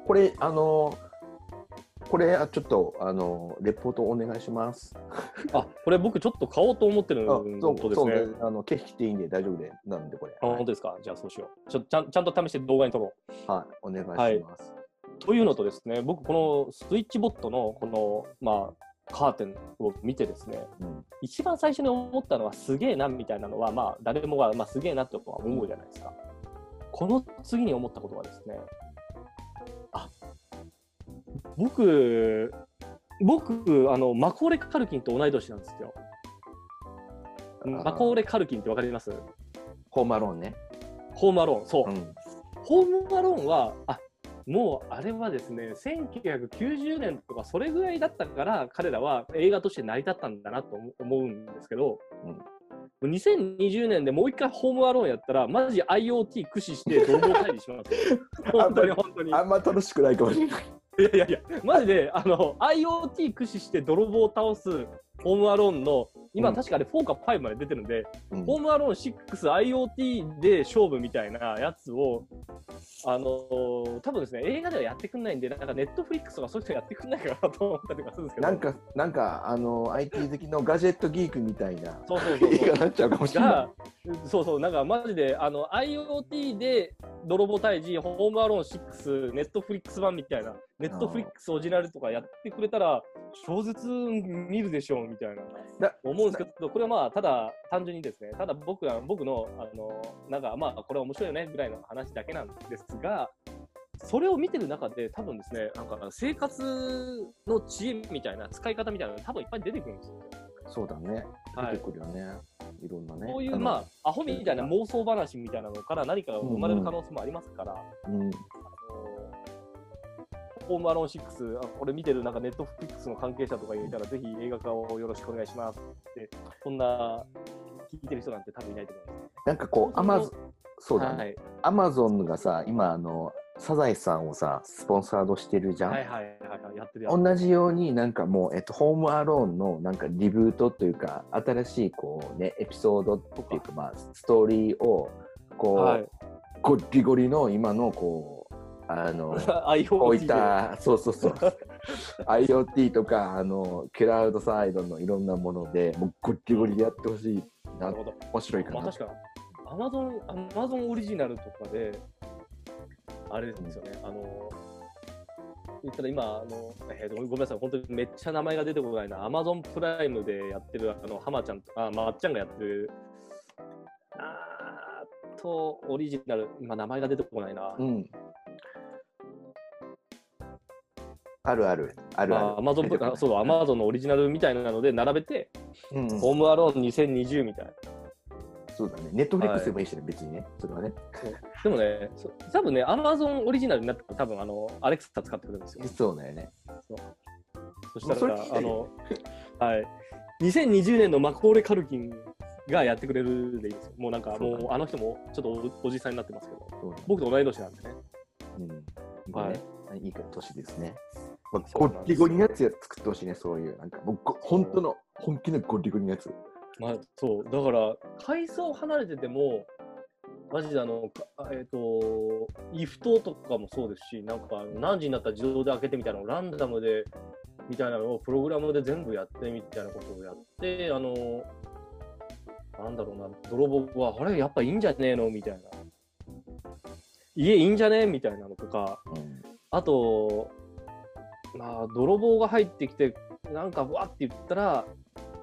これ、あのーこれ、あちょっと、あのーレポートお願いします。
あこれ、僕、ちょっと買おうと思ってる
あ
の
そ
とで
う
す
そう
ね、
ねあの、景色っていいんで大丈夫で、なんでこれ。
あ本当ですか、じゃあそうしようちょちゃん。ちゃんと試して動画に撮ろう。
はい、お願いします。
はいというのとですね、僕、このスイッチボットのこの、まあ、カーテンを見てですね、
うん、
一番最初に思ったのはすげえなみたいなのは、まあ、誰もが、まあ、すげえなとは思うじゃないですか。この次に思ったことはですね、あ僕、僕、あの、マコーレ・カルキンと同い年なんですよ。マコーレ・カルキンってわかります
ホームアローンね。
ホームアローン。そう。
ん。
ホームアローンは、あもうあれはですね、1990年とかそれぐらいだったから、彼らは映画として成り立ったんだなと思思うんですけど、2020年でもう一回ホームアローンやったら、マジ IoT 駆使して同房会議します
(laughs)
よ。本当に本当に。い
あんま楽しくないかもしれない。
やいやいや、マジであの IoT 駆使して泥棒を倒すホームアローンの、今
うん
確かあれ4か5まで出てるんで、
うん
ホームアローン6 IoT で勝負みたいなやつを、あの多分ですね、映画ではやってくんないんで、なんかネットフリックスとかそういうのやってくんないかなと思ったりとかするんですけど、
なんか、なんか、あの、IT 好きのガジェットギークみたいな、
そうそうそうそ
映
う
画に。なっちゃうかもしれな
が、そうそう、なんかマジで、あの、IoT で泥棒退治、ホームアローン6、ネットフリックス版みたいな、ネットフリックスオリジナルとかやってくれたら、小説見るでしょうみたいな、
だ
思うんですけど、これはまあ、ただ、単純にですね、ただ僕ら、僕の、あの、なんか、まあ、これは面白いよねぐらいの話だけなんですが、それを見てる中で、多分ですね、なんか生活の知恵みたいな、使い方みたいなのが多分いっぱい出てくるんですよ。
い。そうだね。
はい
出てくるよね。いろんなね。
こうい
あ
う、
の
まあ、アホみたいな妄想話みたいなのから何かが生まれる可能性もありますから、
うん。
あのホームアローン6、あこれ見てるなんかネットフリックスの関係者とかいたら、ぜひ映画化をよろしくお願いしますって、そんな聞いてる人なんて多分いないと思います。
なんかこう、アマゾン、そうだ
は
ね。
い
アマゾンがさ、今、あの、サザエさんをさ、スポンサードしてるじゃん。
はいはいはいはい、やってるやつ。
同じようになんかもう、えっと、ホームアローンのなんかリブートというか新しいこうねエピソードっていうかまあストーリーをこう、
はい、
ゴッリゴリの今のこう
(laughs)
あのこうい
IoT
っ
で。は
たそうそ
(laughs)
うそう IoT とかあのクラウドサイドのいろんなものでもうゴッリゴリでやってほしい
な
な
るほど。
面白いか
まあ、
な
確か、アマゾン、アマゾンオリジナルとかで、あれですよね、あの、言ったら今、あの、えーとごめんなさい、本当にめっちゃ名前が出てこないな、アマゾンプライムでやってる、あの、浜ちゃんと、あ、まっちゃんがやってる、あーっと、オリジナル、今、名前が出てこないな。
うんあるあるある
ま
ある
あ、アマゾン
出てこない
そう、アマゾンのオリジナルみたいなので並べて、
うんうん
ホームアローン2020みたいな。
そうだねネットフリックスでもいいしね、別にねそれはね
でもね、そ多分ね、アマゾンオリジナルになって多分あの、アレクサ使ってくるんですよ。
そうだよね
そしたら
もう
さ、
それ聞
あ
いた
の
よ、
はい。2020年のマコーレ・カルキンがやってくれるでいいですよ。もうなんか、
そ
も
うだね
うあの人もちょっとおおじさんになってますけど、
そうだね
僕と同い年なんでね。
うん、
はい
ね、いいか年ですね。まあ、
そう
ゴ
なんですよ
リゴリのやつ作ってほしいね、そういう、なんか、僕、本当の、本気のゴリゴリのやつ。
まあ、そう、だから、階層離れてても、マジであの、かえっ、と、イフトとかもそうですし、なんか、何時になったら自動で開けてみたいなのをランダムで、みたいなのをプログラムで全部やってみたいなことをやって、あの、なんだろうな、泥棒は、あれ、やっぱいいんじゃねえのみたいな。家いいんじゃねえみたいなのとか、
うん
あと、まあ、泥棒が入ってきて、なんかわって言ったら、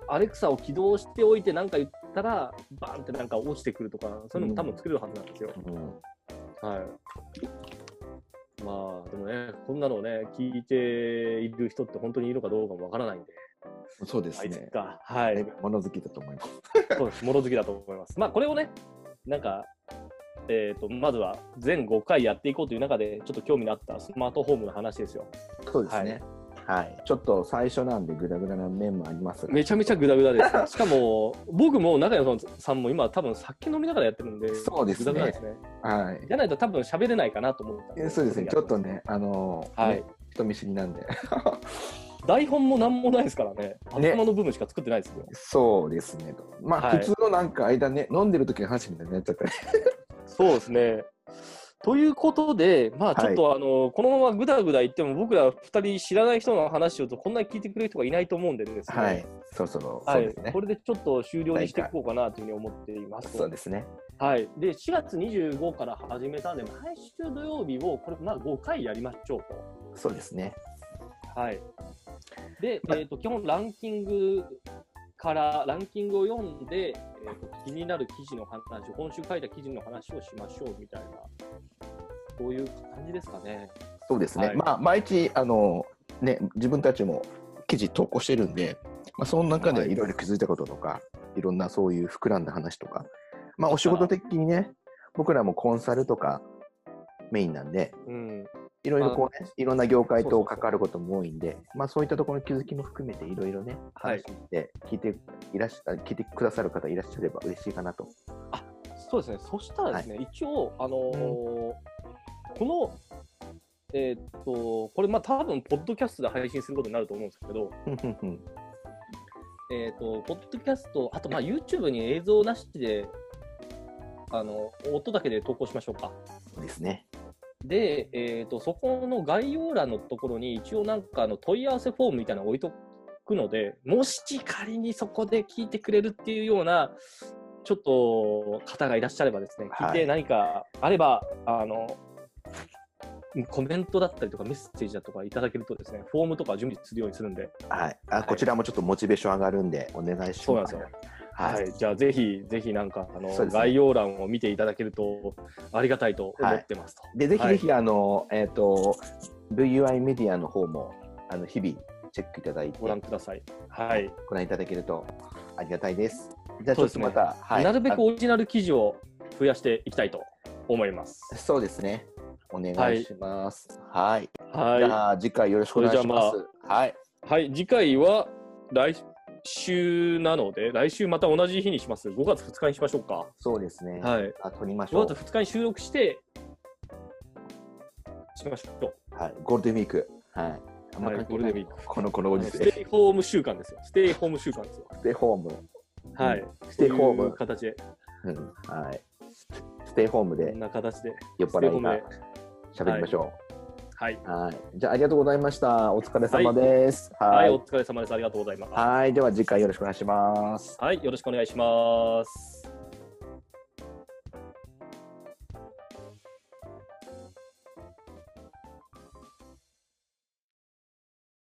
アレクサを起動しておいて、なんか言ったら、バーンってなんか落ちてくるとか、そういうのも多分作れるはずなんですよ。
うん
はい。まあ、でもね、こんなのをね、聞いている人って本当にいるのかどうかもわからないんで、
そうで
あ
す
いつ
ね。
か。はい。
物好きだと思います。
そうです。物好きだと思います。まあ、これをね、なんか、えっ、と、まずは全5回やっていこうという中で、ちょっと興味のあったスマートホームの話ですよ。
そうですね。はい。ちょっと最初なんでグダグダな面もありますが。
めちゃめちゃグダグダです、
(laughs)
ね。しかも、僕も中山さんも今、多分酒飲みながらやってるんで、
そうですね
グダグダですね。
はい。
じゃないと多分喋れないかなと思ったん
えそうですね。ちょっと。ね、あのー、
はい
ね。人見知りなんで。
台本もなんもないですからね。
ね
頭の部分しか作ってないですよ。
そうですね。まあ、
はい
普通のなんか間ね、飲んでる時の話みたいになっちゃったり。
そうですね。ということで、まあ
はい
ちょっと、あのこのままぐだぐだ言っても、僕ら二人知らない人の話をと、こんなに聞いてくれる人がいないと思うんでですね。
はい。そろそろ、
は
そう
い
ですね
こ。れでちょっと終了にしていこうかなというふうに思っています。
そうですね。
はい、で4月25から始めたんで、毎週土曜日をこれ、まあ、5回やりましょう
そうですね。
と。はい、で、え
ま
ーと、基本ランキングから、ランキングを読んで、えーと、気になる記事の話、今週書いた記事の話をしましょうみたいな、こういう感じですかね。
そうですね。
はい
まあ、毎日、あのー、ね、自分たちも記事投稿してるんで、まあ、その中でいろいろ気づいたこととか、い、ろんなそういう膨らんだ話とか、まあ、お仕事的にね、僕らもコンサルとかメインなんで、
うん、
いろいろこうね、いろんな業界
そうそ
と
うそう
関わることも多いんで、まあそういったところの気づきも含めていろいろね、
はい
話して聞いていらっしゃ、聞いてくださる方いらっしゃれば嬉しいかなと。
そうですね、そしたらですね、一応、あのー
うん
この、えーっと、これ、まあ多分ポッドキャストで配信することになると思うんですけど、えっ、と、ポッドキャスト、あと、まあ、YouTube に映像なしで、あの、音だけで投稿しましょうか。
ですね。
で、えっ、と、そこの概要欄のところに、一応なんか、あの、問い合わせフォームみたいなの置いとくので、もし仮にそこで聞いてくれるっていうような、ちょっと、方がいらっしゃればですね、聞い
は
て
い
何かあれば、あの、コメントだったりとかメッセージだとかいただけるとですね、フォームとか準備するようにするんで、
はい。あ、
はい
こちらもちょっとモチベーション上がるんで、お願いします。
そうなんですよ。
は。
はいい、じゃあぜひぜひなんかあの、
そうですね
概要欄を見ていただけるとありがたいと思ってますと。
で、ぜひ
は
ぜ
い
ひ、あの、えっ、と、VUI メディアの方も、あの、日々チェックいただいて、
ご覧ください。はい。
ご覧いただけるとありがたいです。じゃあち
そう
ょ
で
っ
す
と
ね
また、はい。
なるべく
あ
オリジナル記事を増やしていきたいと思います。
そうですね。お願いします。はいじ
は
ゃあ次回よろしくお願いしま
それ
す。はい。
い。はい、次回は来週なので、来週また同じ日にします。5月2日にしましょうか。
そうですね。
はい。
あ、撮りましょ
5
う
月。2日に収録して、しましょう。
はい。ゴールデンウィーク。はい。あんま関係な
はい
い
ゴールデンウィー
このこのご時
ス
世。
テイホーム週間ですよ。ステイホーム週間ですよ。
ステイホーム。
はい。
ステイホー
という
ム。
形で、
うん。はい。ステイホーム
こ
で
んな形で。
酔っ払いが
ステ
喋りましょ
はい。
う。はい。じゃあありがとうございました。お疲れ様です。
は、
はいい
お。疲れ様です。ありがとうございます。
はい。では次回よろしくお願いします。
はい、よろしくお願いします。